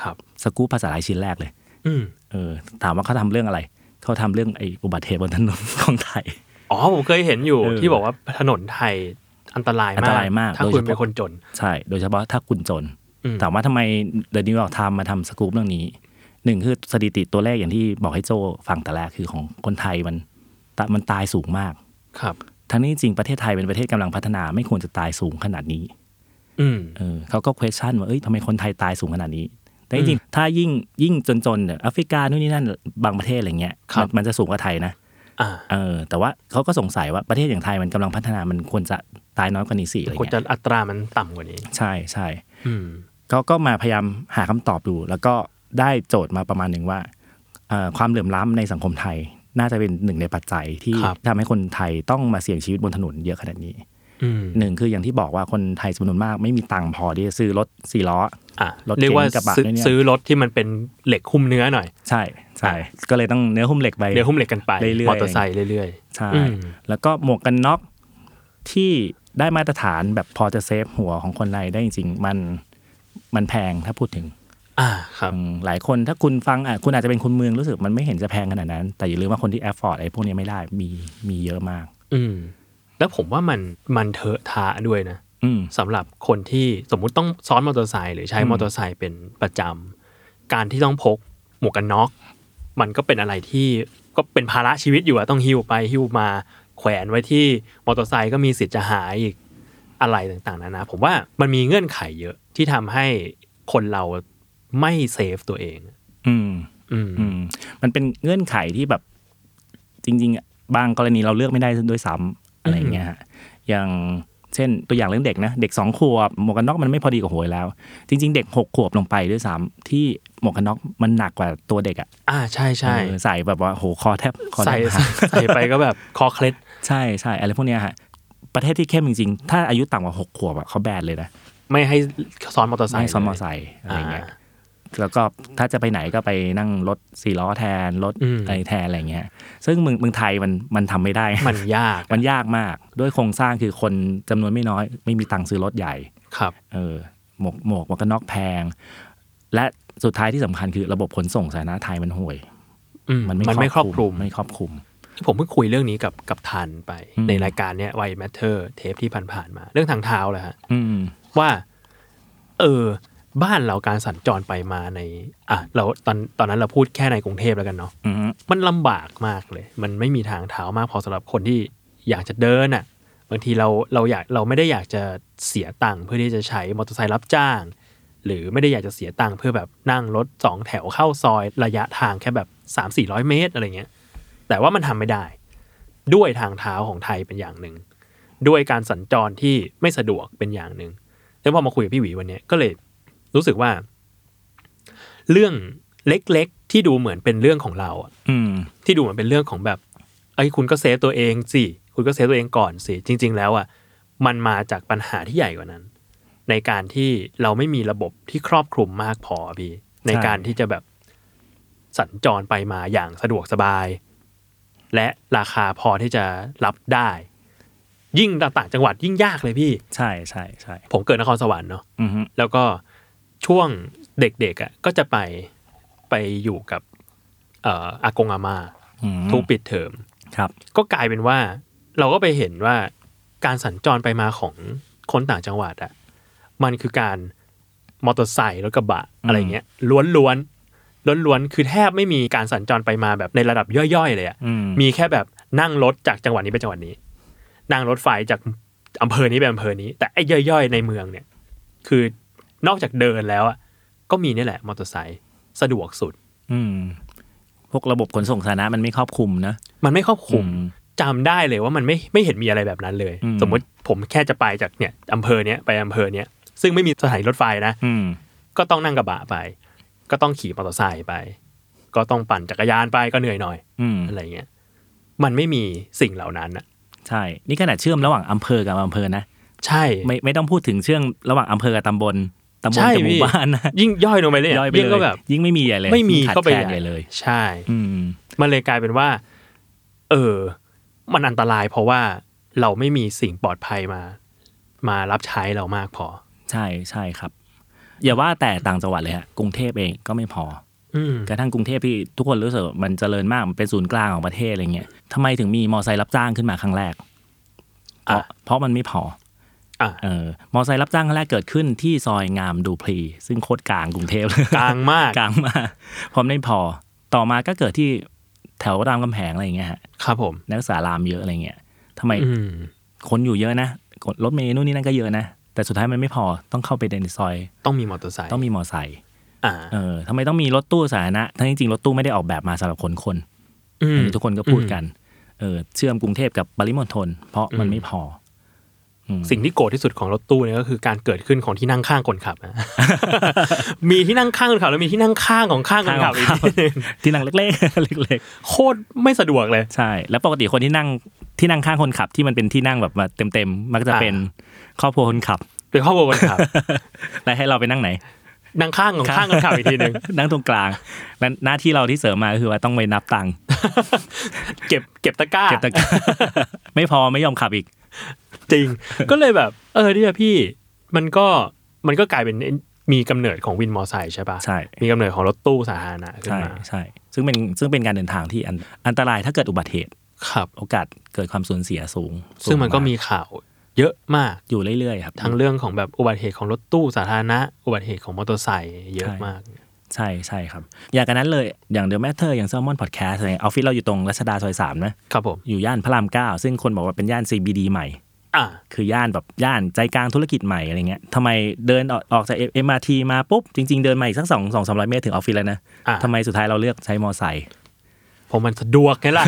Speaker 2: ครับ
Speaker 4: สกู๊ปภาษาไทยชิ้นแรกเลย
Speaker 2: อืม
Speaker 4: เออถามว่าเขาทำเรื่องอะไร เขาทำเรื่องไอ้อุบัติเหตุบนถนน ของไทย
Speaker 2: อ๋อผมเคยเห็นอยู่
Speaker 4: เออ
Speaker 2: ที่บอกว่าถนนไทยอันตราย
Speaker 4: อั
Speaker 2: มา
Speaker 4: น
Speaker 2: ก
Speaker 4: ตรายมาก
Speaker 2: ถ้า
Speaker 4: โดย
Speaker 2: คุ
Speaker 4: เฉพาะ
Speaker 2: ณเป็นคนจน
Speaker 4: ใช่ โดยเฉพาะถ้าคุณจน
Speaker 2: อืม
Speaker 4: ถามว่าทำไม The New York Times มาทำสกู๊ปเรื่องนี้หนึ่งคือสถิติตัวแรกอย่างที่บอกให้โจฟังแต่แรกคือของคนไทยมันตะมันตายสูงมาก
Speaker 2: ครับ
Speaker 4: ทั้งนี้จริงประเทศไทยเป็นประเทศกำลังพัฒนาไม่ควรจะตายสูงขนาดนี้
Speaker 2: อืม
Speaker 4: เออเขาก็ question ว่าเอ้ยทำไมคนไทยตายสูงขนาดนี้ แต่จริงๆถ้ายิ่งยิ่งจนๆเนี่ยแอฟริกานู่นนี่นั่นบางประเทศอะไรเงี้ย
Speaker 2: ครับ
Speaker 4: มันมันจะสูงกว่าไทยนะ
Speaker 2: อ่า
Speaker 4: เออแต่ว่าเขาก็สงสัยว่าประเทศอย่างไทยมันกำลังพัฒนามันควรจะตายน้อยกว่านี้สิอะไร
Speaker 2: ควร
Speaker 4: เงี้ย
Speaker 2: จะอัตรามันต่ำกว่านี้
Speaker 4: ใช่ใช่
Speaker 2: อืม
Speaker 4: เขาก็มาพยายามหาคำตอบดู แล้วก็ได้โจทย์มาประมาณหนึ่งว่าเอ่อความเหลื่อมล้ำในสังคมไทย น่าจะเป็นหนึ่งในปัจจัยที่
Speaker 2: ครับ
Speaker 4: ทำให้คนไทยต้องมาเสี่ยงชีวิตบนถนนเยอะขนาดนี้
Speaker 2: อืม
Speaker 4: หนึ่งคืออย่างที่บอกว่าคนไทยจำนวนมากไม่มีตังค์พอที่จะซื้อรถสี่ล้อ
Speaker 2: อ่ะ
Speaker 4: รถเก๋ง
Speaker 2: เรียกว่าก
Speaker 4: ระบะ
Speaker 2: ซื้อ
Speaker 4: ด้วยเนี่ย
Speaker 2: ซื้อรถที่มันเป็นเหล็กหุ้มเนื้อหน่อย
Speaker 4: ใช่ใช่
Speaker 2: อ่
Speaker 4: ก็เลยต้องเนื้อหุ้มเหล็กไป
Speaker 2: เดี๋ยวหุ้มเหล็กกันไป
Speaker 4: เรื่อยๆ
Speaker 2: มอเตอร์ไซค์เรื่อย
Speaker 4: ใช่
Speaker 2: อืม
Speaker 4: แล้วก็หมวกกันน็อกที่ได้มาตรฐานแบบพอจะเซฟหัวของคนไทยได้จริงๆ มันมันแพงถ้าพูดถึง
Speaker 2: ๆ อ่าครับ
Speaker 4: อืมหลายคนถ้าคุณฟังอ่ะคุณอาจจะเป็นคนเมืองรู้สึกมันไม่เห็นจะแพงขนาดนั้น แต่อย่าลืมว่าคนที่แอฟฟอร์ดไอ้พวกเนี้ยไม่ได้มีมีเยอะมาก
Speaker 2: อืม แล้วผมว่ามันมันเถอะทาด้วยนะ
Speaker 4: อืม
Speaker 2: สำหรับคนที่สมมุติต้องซ้อนมอเตอร์ไซค์หรือใช้
Speaker 4: อืม
Speaker 2: มอเตอร์ไซค์เป็นประจำการที่ต้องพกหมวกกันน็อก มันก็เป็นอะไรที่ก็เป็นภาระชีวิตอยู่อะต้องหิ้วไปหิ้วมาแขวนไว้ที่มอเตอร์ไซค์ก็มีสิทธิ์จะหายอีกอะไรต่างๆนานาผมว่ามันมีเงื่อนไขเยอะที่ทำให้คนเราไม่เซฟตัวเอง
Speaker 4: อืม
Speaker 2: อืม
Speaker 4: อืมมันเป็นเงื่อนไขที่แบบจริงๆอ่ะบางกรณีเราเลือกไม่ได้ด้วยซ้ำอะไรอย่างเงี้ยฮะอย่างเช่นตัวอย่างเรื่องเด็กนะ เด็กสองขวบหมวกกันน็อกมันไม่พอดีกับหัวอยู่แล้ว จริง ๆ เด็กหกขวบลงไปด้วยซ้ำที่หมวกกันน็อกมันหนักกว่าตัวเด็กอ่ะ
Speaker 2: อ่าใช่ใช่
Speaker 4: เออใส่แบบว่าโหคอแทบคอแท
Speaker 2: ใส่
Speaker 4: บ
Speaker 2: ใส่ใส่ไปก็แบบคอเคล็ด
Speaker 4: ใช่ใช่อะไรพวกเนี้ยฮะประเทศที่เข้มจริงๆ ถ้าอายุต่ำกว่าหกขวบอ่ะเขาแบนเลยนะ
Speaker 2: ไม่ให้ซ้อนมอเตอร์ไซ
Speaker 4: ไม่
Speaker 2: ค์
Speaker 4: ซ้อนมอ
Speaker 2: เลย
Speaker 4: ไซค์อะไรอย่างเงี้ย
Speaker 2: า
Speaker 4: แล้วก็ถ้าจะไปไหนก็ไปนั่งรถสี่ล้อแทนรถ
Speaker 2: อืม
Speaker 4: อะไรแทนอะไรอย่างเงี้ย ซึ่งเมืองเมืองไทยมันมันทำไม่ได้
Speaker 2: มันยาก
Speaker 4: มันยากมากด้วยโครงสร้างคือคนจำนวนไม่น้อย ไม่มีตังค์ซื้อรถใหญ่
Speaker 2: ครับ
Speaker 4: เออหมวกหมวกหมวกกันน็อกแพง และสุดท้ายที่สำคัญคือระบบขนส่งสาธารณะไทยมันห่วย
Speaker 2: อืม
Speaker 4: มั
Speaker 2: มัน นไม่ครอบคลุม
Speaker 4: ไม่ครอบคลุม
Speaker 2: ผมเพิ่งคุยเรื่องนี้กับกับทันไป
Speaker 4: อืม
Speaker 2: ในรายการเนี้ยไวแมทเทอร์เทปที่ผ่านๆมา เรื่องทางเท้าแหละฮะ
Speaker 4: อืม
Speaker 2: ว่า เออ บ้านเราการสัญจรไปมาใน อ่ะเราตอนตอนนั้นเราพูดแค่ในกรุงเทพแล้วกันเนาะ
Speaker 4: อืม
Speaker 2: มันลำบากมากเลย มันไม่มีทางเท้ามากพอสำหรับคนที่อยากจะเดินอ่ะ บางทีเราเราอยากเราไม่ได้อยากจะเสียตังค์เพื่อที่จะใช้มอเตอร์ไซค์รับจ้าง หรือไม่ได้อยากจะเสียตังค์เพื่อแบบนั่งรถสองแถวเข้าซอยระยะทางแค่แบบ3 4 0 0 เมตรอะไรเงี้ย แต่ว่ามันทำไม่ได้ ด้วยทางเท้าของไทยเป็นอย่างหนึ่ง ด้วยการสัญจรที่ไม่สะดวกเป็นอย่างหนึ่งแล้วพอมาคุยกับพี่หวีวันเนี้ยก็เลยรู้สึกว่า เรื่องเล็กๆ ที่ดูเหมือนเป็นเรื่องของเราอะ
Speaker 4: อืม
Speaker 2: ที่ดูเหมือนเป็นเรื่องของแบบไอ้ยคุณก็เซฟตัวเองสิ คุณก็เซฟตัวเองก่อนสิ จริง ๆ แล้วอ่ะมันมาจากปัญหาที่ใหญ่กว่านั้น ในการที่เราไม่มีระบบที่ครอบคลุมมากพออะพี่ ในการที่จะแบบสัญจรไปมาอย่างสะดวกสบาย และราคาพอที่จะรับได้ ยิ่งต่างจังหวัดยิ่งยากเลยพี่
Speaker 4: ใช่ใช่ใช่
Speaker 2: ผมเกิดนครสวรรค์เนาะ
Speaker 4: อือฮึ
Speaker 2: แล้วก็ช่วงเด็กๆอ่ะก็จะไปไปอยู่กับเอ่ออากงอาม่า
Speaker 4: อืม
Speaker 2: ทุกปิดเทอม
Speaker 4: ครับ
Speaker 2: ก็กลายเป็นว่า เราก็ไปเห็นว่าการสัญจรไปมาของคนต่างจังหวัดอ่ะมันคือการมอเตอร์ไซค์รถกระบะอะไรเงี้ยล้วนๆล้วนๆคือแทบไม่มีการสัญจรไปมาแบบในระดับย่อยๆเลยอ่ะ
Speaker 4: อืม
Speaker 2: มีแค่แบบนั่งรถจากจังหวัดนี้ไปจังหวัดนี้ นั่งรถไฟจากอำเภอนี้ไปอำเภอนี้ แต่ไอ้ย่อยๆ ในเมืองเนี่ย คือนอกจากเดินแล้วอะก็มีนี่แหละมอเตอร์ไซค์สะดวกสุด
Speaker 4: อืมพวกระบบขนส่งสาธารณะมันไม่ครอบคลุมนะ
Speaker 2: มันไม่ครอบคลุม
Speaker 4: อืม
Speaker 2: จำได้เลยว่ามันไม่ไม่เห็นมีอะไรแบบนั้นเลย
Speaker 4: อืม
Speaker 2: สมมติผมแค่จะไปจากเนี่ยอำเภอเนี้ยไปอำเภอเนี้ยซึ่งไม่มีสถานีรถไฟนะ
Speaker 4: อืม
Speaker 2: ก็ต้องนั่งกระบะไป ก็ต้องขี่มอเตอร์ไซค์ไป ก็ต้องปั่นจักรยานไปก็เหนื่อยหน่อย
Speaker 4: อืม
Speaker 2: อะไรเงี้ยมันไม่มีสิ่งเหล่านั้นอะ
Speaker 4: ใช่ นี่ขนาดเชื่อมระหว่างอำเภอกับอำเภอนะ
Speaker 2: ใช่
Speaker 4: ไม่ไม่ต้องพูดถึงเชื่อมระหว่างอำเภอกับตำบลตำบล
Speaker 2: ใช่
Speaker 4: กับหมู่
Speaker 2: พี่
Speaker 4: บ้านนะ
Speaker 2: ยิ่งย่อยลงไป เลย
Speaker 4: ย่อยไป
Speaker 2: ง
Speaker 4: เล
Speaker 2: ก็
Speaker 4: ย
Speaker 2: แบบ
Speaker 4: ยิ่งไม่มีใหญ่เลย
Speaker 2: ไม่มี
Speaker 4: ยิ่งขาด
Speaker 2: เข้าไป
Speaker 4: แคลนใหญ่เลย
Speaker 2: ใช่
Speaker 4: อืม
Speaker 2: มันเลยกลายเป็นว่า เออ มันอันตรายเพราะว่าเราไม่มีสิ่งปลอดภัยมา มารับใช้เรามากพอ
Speaker 4: ใช่ใช่ครับ อย่าว่าแต่ต่างจังหวัดเลยฮะกรุงเทพเองก็ไม่พอ
Speaker 2: อืม
Speaker 4: กระทั่งกรุงเทพที่ทุกคนรู้สึกว่ามันเจริญมากมันเป็นศูนย์กลางของประเทศอะไรเงี้ยทำไมถึงมีมอไซค์รับจ้างขึ้นมาครั้งแรก เพราะเพราะมันไม่พอ
Speaker 2: อ่ะ
Speaker 4: เออมอไซค์รับจ้างครั้งแรกเกิดขึ้นที่ซอยงามดูพลี ซึ่งโคตรกลางกรุงเทพเลย
Speaker 2: กลางมาก
Speaker 4: กลาง มากเพร้อมไม่พอ ต่อมาก็เกิดที่แถวรามคำแหงอะไรอย่างเงี้ยฮะ
Speaker 2: ครับผม
Speaker 4: นักศึกษารามเยอะอะไรเงี้ยทำไม
Speaker 2: อืม
Speaker 4: คนอยู่เยอะนะรถเมล์นู่นนี่นั่นก็เยอะนะ แต่สุดท้ายมันไม่พอต้องเข้าไปในซอย
Speaker 2: ต้องมีมอเตอร์ไซค์
Speaker 4: ต้องมีมอไซค์
Speaker 2: อ่า
Speaker 4: เออทำไมต้องมีรถตู้สาธารณะ ทั้งที่จริงรถตู้ไม่ได้ออกแบบมาสำหรับคนคน
Speaker 2: อื
Speaker 4: อัน
Speaker 2: ม
Speaker 4: นี้ทุกคนก็พูดกัน เออ เชื่อมกรุงเทพกับปริมณฑลเพราะมัน
Speaker 2: อืม
Speaker 4: ไม่พ อ
Speaker 2: สิ่งที่โกรธที่สุดของรถตู้เนี่ยก็คือการเกิดขึ้นของที่นั่งข้างคนขับ นะ มีที่นั่งข้างคนขับแล้วมีที่นั่งข้างของข้างคนขับอีก
Speaker 4: ข้างของข้าง ที่นั่งเล็กๆ เล็ก
Speaker 2: โคตรไม่สะดวกเลย
Speaker 4: ๆ ใช่ แล้วปกติคนที่นั่งที่นั่งข้างคนขับที่มันเป็นที่นั่งแบบมาเต็มๆ มักจะ
Speaker 2: อ่า
Speaker 4: เป็นครอบครัวคนขับ
Speaker 2: เป็นข้อบครัวคน ขับ
Speaker 4: แล้วให้เราไปนั่งไหน
Speaker 2: นั่งข้างของข้างคนขับอีกทีหนึ่ง
Speaker 4: นั่งตรงกลางแล้วหน้าที่เราที่เสริมมาก็คือว่าต้องไปนับตังค์
Speaker 2: เก็บเก็บตะกร้า
Speaker 4: เก็บตะกร้า ไม่พอไม่ยอมขับอีก
Speaker 2: จริง ก็เลยแบบ เออเนี่ยพี่ มันก็มันก็กลายเป็นมีกำเนิดของวินมอไซค์ใช่ปะ
Speaker 4: ใช่
Speaker 2: มีกำเนิดของรถตู้สาธารณะขึ้น
Speaker 4: ใช่
Speaker 2: มา
Speaker 4: ใช่ ซึ่งเป็นซึ่งเป็นการเดินทางที่อันอันตรายถ้าเกิดอุบัติเหตุ
Speaker 2: ครับ
Speaker 4: โอกาสเกิดความสูญเสียสูง
Speaker 2: ซึ่งมันก็มีข่าวเยอะมาก
Speaker 4: อยู่เรื่อยๆครับ
Speaker 2: ทั้งเรื่องของแบบอุบัติเหตุของรถตู้สาธารณะ อุบัติเหตุของมอเตอร์ไซค์เยอะมาก
Speaker 4: ใช่ใช่ครับ อย่างกันนั้นเลยอย่างเดอะแมทเธอร์อย่าง s ซ l m o n Podcast อะไรเงี้ยออฟฟิศเราอยู่ตรงรัชดาซอยสามนะครับ
Speaker 2: ผม
Speaker 4: อยู่ย่านพระรามเก้าซึ่งคนบอกว่าเป็นย่าน CBD ใหม่
Speaker 2: อ่ะ
Speaker 4: คือย่านแบบย่านใจกลางธุรกิจใหม่อะไรเงี้ยทำไมเดินออกออกจากเอ็มอาร์ทีมาปุ๊บ จริง ๆ เดินมาอีกสักสองสองสามร้อยเมตรถึงออฟฟิศแล้วนะ
Speaker 2: อ่ะ
Speaker 4: ทำไมสุดท้ายเราเลือกใช้มอไซค์
Speaker 2: ผมมันสะดวกไง ล่ะ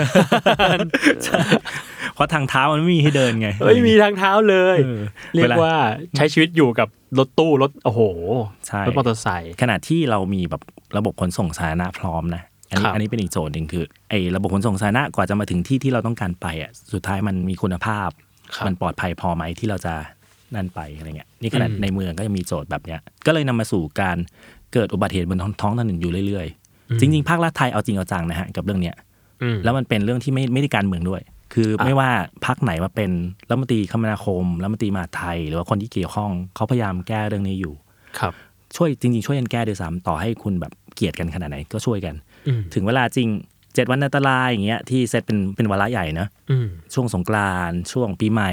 Speaker 4: เพราะทางเท้ามันไม่มีให้เดินไง
Speaker 2: เฮ้ยมีทางเท้าเลย
Speaker 4: เออ
Speaker 2: เรียก
Speaker 4: เวลา
Speaker 2: ว่าใช้ชีวิตอยู่กับรถตู้รถโอ้โห
Speaker 4: ใช่
Speaker 2: รถมอเตอร์ไซค์
Speaker 4: ขณะที่เรามีแบบระบบขนส่งสาธารณะพร้อมนะ อัน
Speaker 2: ครั
Speaker 4: นี้
Speaker 2: บ
Speaker 4: อันนี้เป็นอีกโจทย์หนึ่งคือไอ้ระบบขนส่งสาธารณะกว่าจะมาถึงที่ที่เราต้องการไปอ่ะสุดท้ายมันมีคุณภาพ
Speaker 2: ครับ
Speaker 4: มันปลอดภัยพอไหมที่เราจะนั่นไปอะไรเงี้ยนี่ขนาด
Speaker 2: อืม
Speaker 4: ในเมืองก็ยังมีโจทย์แบบเนี้ยก็เลยนำมาสู่การเกิดอุบัติเหตุบนท้องท้องถนนอยู่เรื่อยๆ จริง ๆ ภาครัฐไทยเอาจริงเอาจังนะฮะกับเรื่องเนี้ย
Speaker 2: อืม
Speaker 4: แล้วมันเป็นเรื่องที่ไม่ไม่ได้การเมืองด้วย คือ
Speaker 2: อ่ะ
Speaker 4: ไม่ว่าพักไหนมาเป็นรัฐมนตรีคมนาคมรัฐมนตรีมหาดไทย หรือว่าคนที่เกี่ยวข้องเขาพยายามแก้เรื่องนี้อยู่
Speaker 2: ครับ
Speaker 4: ช่วยจริงๆ ช่วยกันแก้ด้วยซ้ำต่อให้คุณแบบเกลียดกันขนาดไหนก็ช่วยกัน
Speaker 2: อืม
Speaker 4: ถึงเวลาจริงเจ็ดวันอันตรายอย่างเงี้ยที่เซตเป็นเป็นวาระใหญ่เนอะ
Speaker 2: อืม
Speaker 4: ช่วงสงกรานต์ช่วงปีใหม่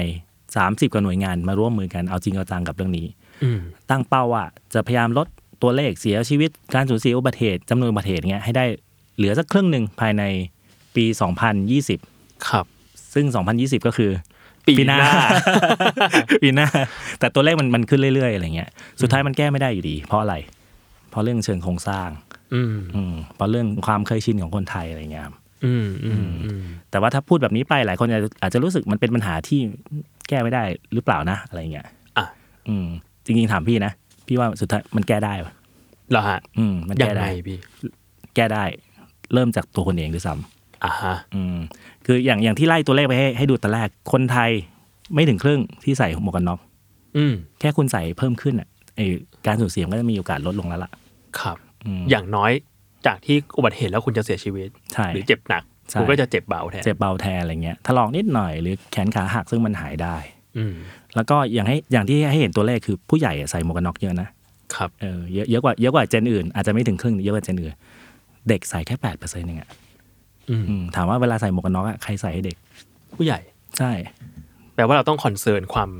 Speaker 4: 30กว่าหน่วยงานมาร่วมมือกันเอาจริงเอาจังกับเรื่องนี้
Speaker 2: อืม
Speaker 4: ตั้งเป้าว่าจะพยายามลดตัวเลขเสียชีวิตการสูญเสียอุบัติเหตุจำนวนอุบัติเหตุเงี้ยให้ได้เหลือสักครึ่งหนึ่งภายในปี 2020
Speaker 2: ครับ
Speaker 4: ซึ่ง 2020 ก็คือ
Speaker 2: ปี
Speaker 4: ปีหน้า ปีหน้า แต่ตัวเลขมันมันขึ้นเรื่อยๆอะไรเงี้ยสุดท้ายมันแก้ไม่ได้อยู่ดี เพราะอะไร เพราะเรื่องเชิงโครงสร้าง
Speaker 2: อืม
Speaker 4: อืมเพราะเรื่องความเคยชินของคนไทยอะไรเงี้ยครับ
Speaker 2: อืมอืมอืม
Speaker 4: แต่ว่าถ้าพูดแบบนี้ไปหลายคนอาจจะอาจจะรู้สึกมันเป็นปัญหาที่แก้ไม่ได้หรือเปล่านะอะไรเงี้ย
Speaker 2: อ่ะ
Speaker 4: อืมจริงๆถามพี่นะ พี่ว่าสุดท้ายมันแก้ได้ปะ
Speaker 2: เหรอฮะ
Speaker 4: อืมมัน
Speaker 2: ยัง
Speaker 4: แก้
Speaker 2: ไง
Speaker 4: ได้
Speaker 2: พี่
Speaker 4: แก้ได้ เริ่มจากตัวคนเองด้วยซ้
Speaker 2: อ่ะฮะ
Speaker 4: ำอืมคืออย่างอย่างที่ไล่ตัวเลขไปให้ให้ดูแต่แรกคนไทยไม่ถึงครึ่งที่ใส่หมวกกันน็อก
Speaker 2: อืม
Speaker 4: แค่คุณใส่เพิ่มขึ้นอ่ะไอการสูญเสียมันก็จะมีโอกาสลดลงแล้วล่ะ
Speaker 2: ครับ
Speaker 4: ม
Speaker 2: อย่างน้อยจากที่อุบัติเหตุแล้วคุณจะเสียชีวิต
Speaker 4: ใช่
Speaker 2: หรือเจ็บหนัก
Speaker 4: ใช่
Speaker 2: คุณก็จะเจ็บเบาแทน
Speaker 4: เจ็บเบาแทนอะไรเงี้ยถลอกนิดหน่อยหรือแขนขาหักซึ่งมันหายได้
Speaker 2: อืม
Speaker 4: แล้วก็อย่างให้อย่างที่ให้เห็นตัวเลขคือผู้ใหญ่อะใส่หมวกกันน็อกเยอะนะ
Speaker 2: ครับ
Speaker 4: เออเยอะเยอะกว่าเยอะกว่าเจนอื่นอาจจะไม่ถึงครึ่งเยอะกว่าเจนอื่น เด็กใส่แค่แปดเปอร์เซ็นต์เองอะ
Speaker 2: อืม
Speaker 4: อืมถามว่าเวลาใส่หมวกกันน็อกอะใครใส่ให้เด็ก
Speaker 2: ผู้ใหญ่
Speaker 4: ใช่
Speaker 2: แปลว่าเราต้องคอนเซิร์นความ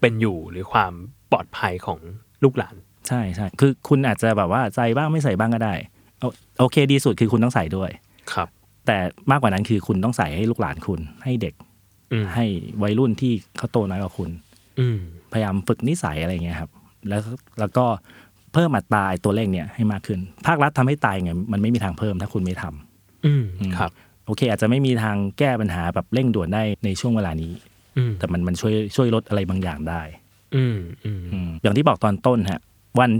Speaker 2: เป็นอยู่หรือความปลอดภัยของลูกหลาน
Speaker 4: ใช่ใช่คือคุณอาจจะแบบว่าใส่บ้างไม่ใส่บ้างก็ได้เอาโอเคดีสุดคือคุณต้องใส่ด้วย
Speaker 2: ครับ
Speaker 4: แต่มากกว่านั้นคือคุณต้องใส่ให้ลูกหลานคุณ ให้เด็ก
Speaker 2: อืม
Speaker 4: ให้วัยรุ่นที่เขาโตน้อยกว่าคุณ
Speaker 2: อืม
Speaker 4: พยายามฝึกนิสัยอะไรเงี้ยครับ แล้วแล้วก็เพิ่มอัตราไอ้ตัวเลขเนี่ยให้มากขึ้น ภาครัฐทำให้ตายไงมันไม่มีทางเพิ่มถ้าคุณไม่ทำ
Speaker 2: อืม
Speaker 4: อืม
Speaker 2: ครับ
Speaker 4: โอเค อาจจะไม่มีทางแก้ปัญหาแบบเร่งด่วนได้ในช่วงเวลานี้
Speaker 2: อืม
Speaker 4: แต่มันมันช่วยช่วยลดอะไรบางอย่างได้
Speaker 2: อืมอืม
Speaker 4: อืมอย่างที่บอกตอนต้นฮะวัน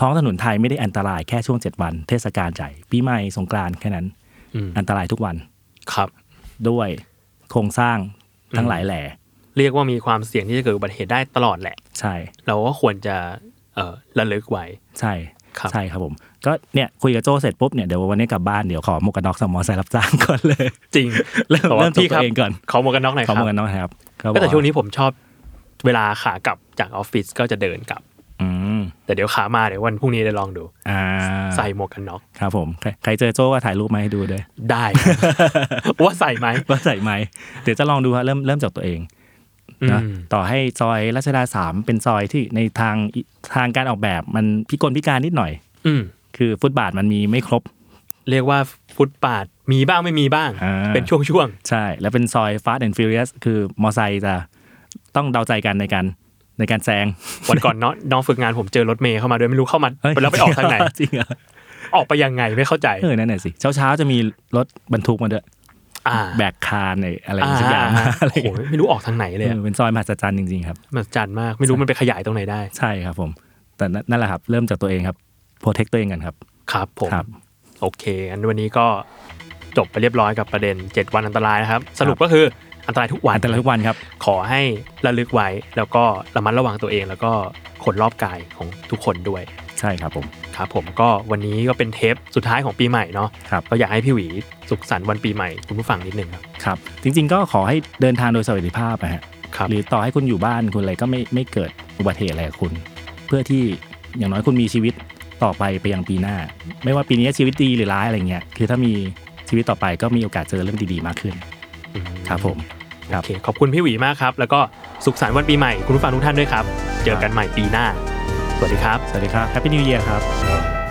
Speaker 4: ท้องถนนไทยไม่ได้อันตรายแค่ช่วง 7 วัน เทศกาลใหญ่ปีใหม่สงกรานต์แค่นั้น
Speaker 2: อืม
Speaker 4: อันตรายทุกวัน
Speaker 2: ครับ
Speaker 4: ด้วยโครงสร้างทั้งหลายแหล่
Speaker 2: เรียกว่ามีความเสี่ยงที่จะเกิดอุบัติเหตุได้ตลอดแหละ
Speaker 4: ใช่
Speaker 2: เราก็ควรจะเอ่อระลึกไว้
Speaker 4: ใช่
Speaker 2: ครับ
Speaker 4: ใช่ครับผม ก็เนี่ยคุยกับโจเสร็จปุ๊บเนี่ยเดี๋ยววันนี้กลับบ้านเดี๋ยวขอหมวกกันน็อกสมอไซค์รับจ้างก่อนเลย
Speaker 2: จริง
Speaker 4: เริ่ม
Speaker 2: แต่ว่า
Speaker 4: เริ่มที่ตัวเองก่อน
Speaker 2: ขอหมวกกันน็อกหน่อยค
Speaker 4: ขอ
Speaker 2: รับ
Speaker 4: หมวกกันน็อกนะครับเขาบอก
Speaker 2: ก็แต่ช่วงนี้ผมชอบเวลาขากลับจากออฟฟิศก็จะเดินกลับ
Speaker 4: อืม
Speaker 2: แต่เดี๋ยวขามาเดี๋ยววันพรุ่งนี้ได้ลองดู
Speaker 4: อ่า
Speaker 2: ใส่หมวกกันน็อก
Speaker 4: ครับผมใครใครเจอโจก็ถ่ายรูปมาให้ดูด้วย
Speaker 2: ได้ ว่าใส่ไหม
Speaker 4: ว่าใส่ไหมเดี๋ยวจะลองดูฮะเริ่มเริ่มจากตัวเองนะ
Speaker 2: อืม
Speaker 4: ต่อให้ซอยรัชดาสามเป็นซอยที่ในทางทางการออกแบบมันพิกลพิการนิดหน่อย
Speaker 2: อืม
Speaker 4: คือฟุตบาทมันมีไม่ครบ
Speaker 2: เรียกว่าฟุตปาดมีบ้างไม่มีบ้าง
Speaker 4: อ่า
Speaker 2: เป็นช่วง
Speaker 4: ใช่ แล้วเป็นซอย Fast and Furious คือมอไซค์จะต้องเดาใจกันในการในการแซง
Speaker 2: ๆ วัน ก่อนน้องน้องฝึกงานผมเจอรถเมย์เข้ามาด้วยไม่รู้เข้ามา
Speaker 4: เฮ้ย
Speaker 2: แล้วไปออกทางไหน
Speaker 4: จริงเหรอ
Speaker 2: ออกไปยังไงไม่เข้าใจ
Speaker 4: เออนั่นน่ะสิเช้าเช้าๆจะมีรถบรรทุกมาด้วย
Speaker 2: อ่า
Speaker 4: แบกคาร์ในอะไรสักอย่างมา อะไร
Speaker 2: โอ้โหไม่รู้ออกทางไหนเลย
Speaker 4: เอ
Speaker 2: อะ
Speaker 4: อเป็นซอยมหัศจรรย์จริงๆครับ
Speaker 2: มันจันมากไม่รู้มันไปขยายตรงไหนได้
Speaker 4: ใช่ครับผม แต่นั่นนั่นแหละครับ เริ่มจากตัวเองครับโปรเทคตัวเองกันครับ
Speaker 2: ครับผม
Speaker 4: ครับ
Speaker 2: โอเคอันวันนี้ก็จบไปเรียบร้อยกับประเด็น 7 วันอันตรายนะครับ สรุปก็คืออันตรายทุกวัน
Speaker 4: อันตรายทุกวันครับ
Speaker 2: ขอให้ระลึกไว้ แล้วก็ระมัดระวังตัวเอง แล้วก็คนรอบกายของทุกคนด้วย
Speaker 4: ใช่ครับผม
Speaker 2: ครับผมก็วันนี้ก็เป็นเทปสุดท้ายของปีใหม่เนาะ
Speaker 4: ครับ
Speaker 2: ก็อยากให้พี่หวีสุขสันต์วันปีใหม่คุณผู้ฟังนิดนึงครับ
Speaker 4: ครับ จริงๆก็ขอให้เดินทางโดยสวัสดิภาพนะฮะ
Speaker 2: ครับ
Speaker 4: หรือต่อให้คุณอยู่บ้านคุณอะไรก็ไม่ไม่เกิดอุบัติเหตุอะไรกับคุณ เพื่อที่อย่างน้อยคุณมีชีวิตต่อไปไปยังปีหน้า ไม่ว่าปีนี้ชีวิตดีหรือร้ายอะไรเงี้ยคือถ้ามีชีวิตต่อไปก็มีโอกาสเจอเรื่องดีๆมากขึ้น
Speaker 2: อืม
Speaker 4: ครับผม ค
Speaker 2: โอ
Speaker 4: รับ
Speaker 2: เคขอบคุณพี่หวีมากครับ แล้วก็สุขสันต์วันปีใหม่คุณผู้ฟังทุกท่านด้วยครับ เจอกันใหม่ปีหน้า สวัสดีครับ
Speaker 4: สวัสดีครับแฮปปี้นิวเยียร์ครับ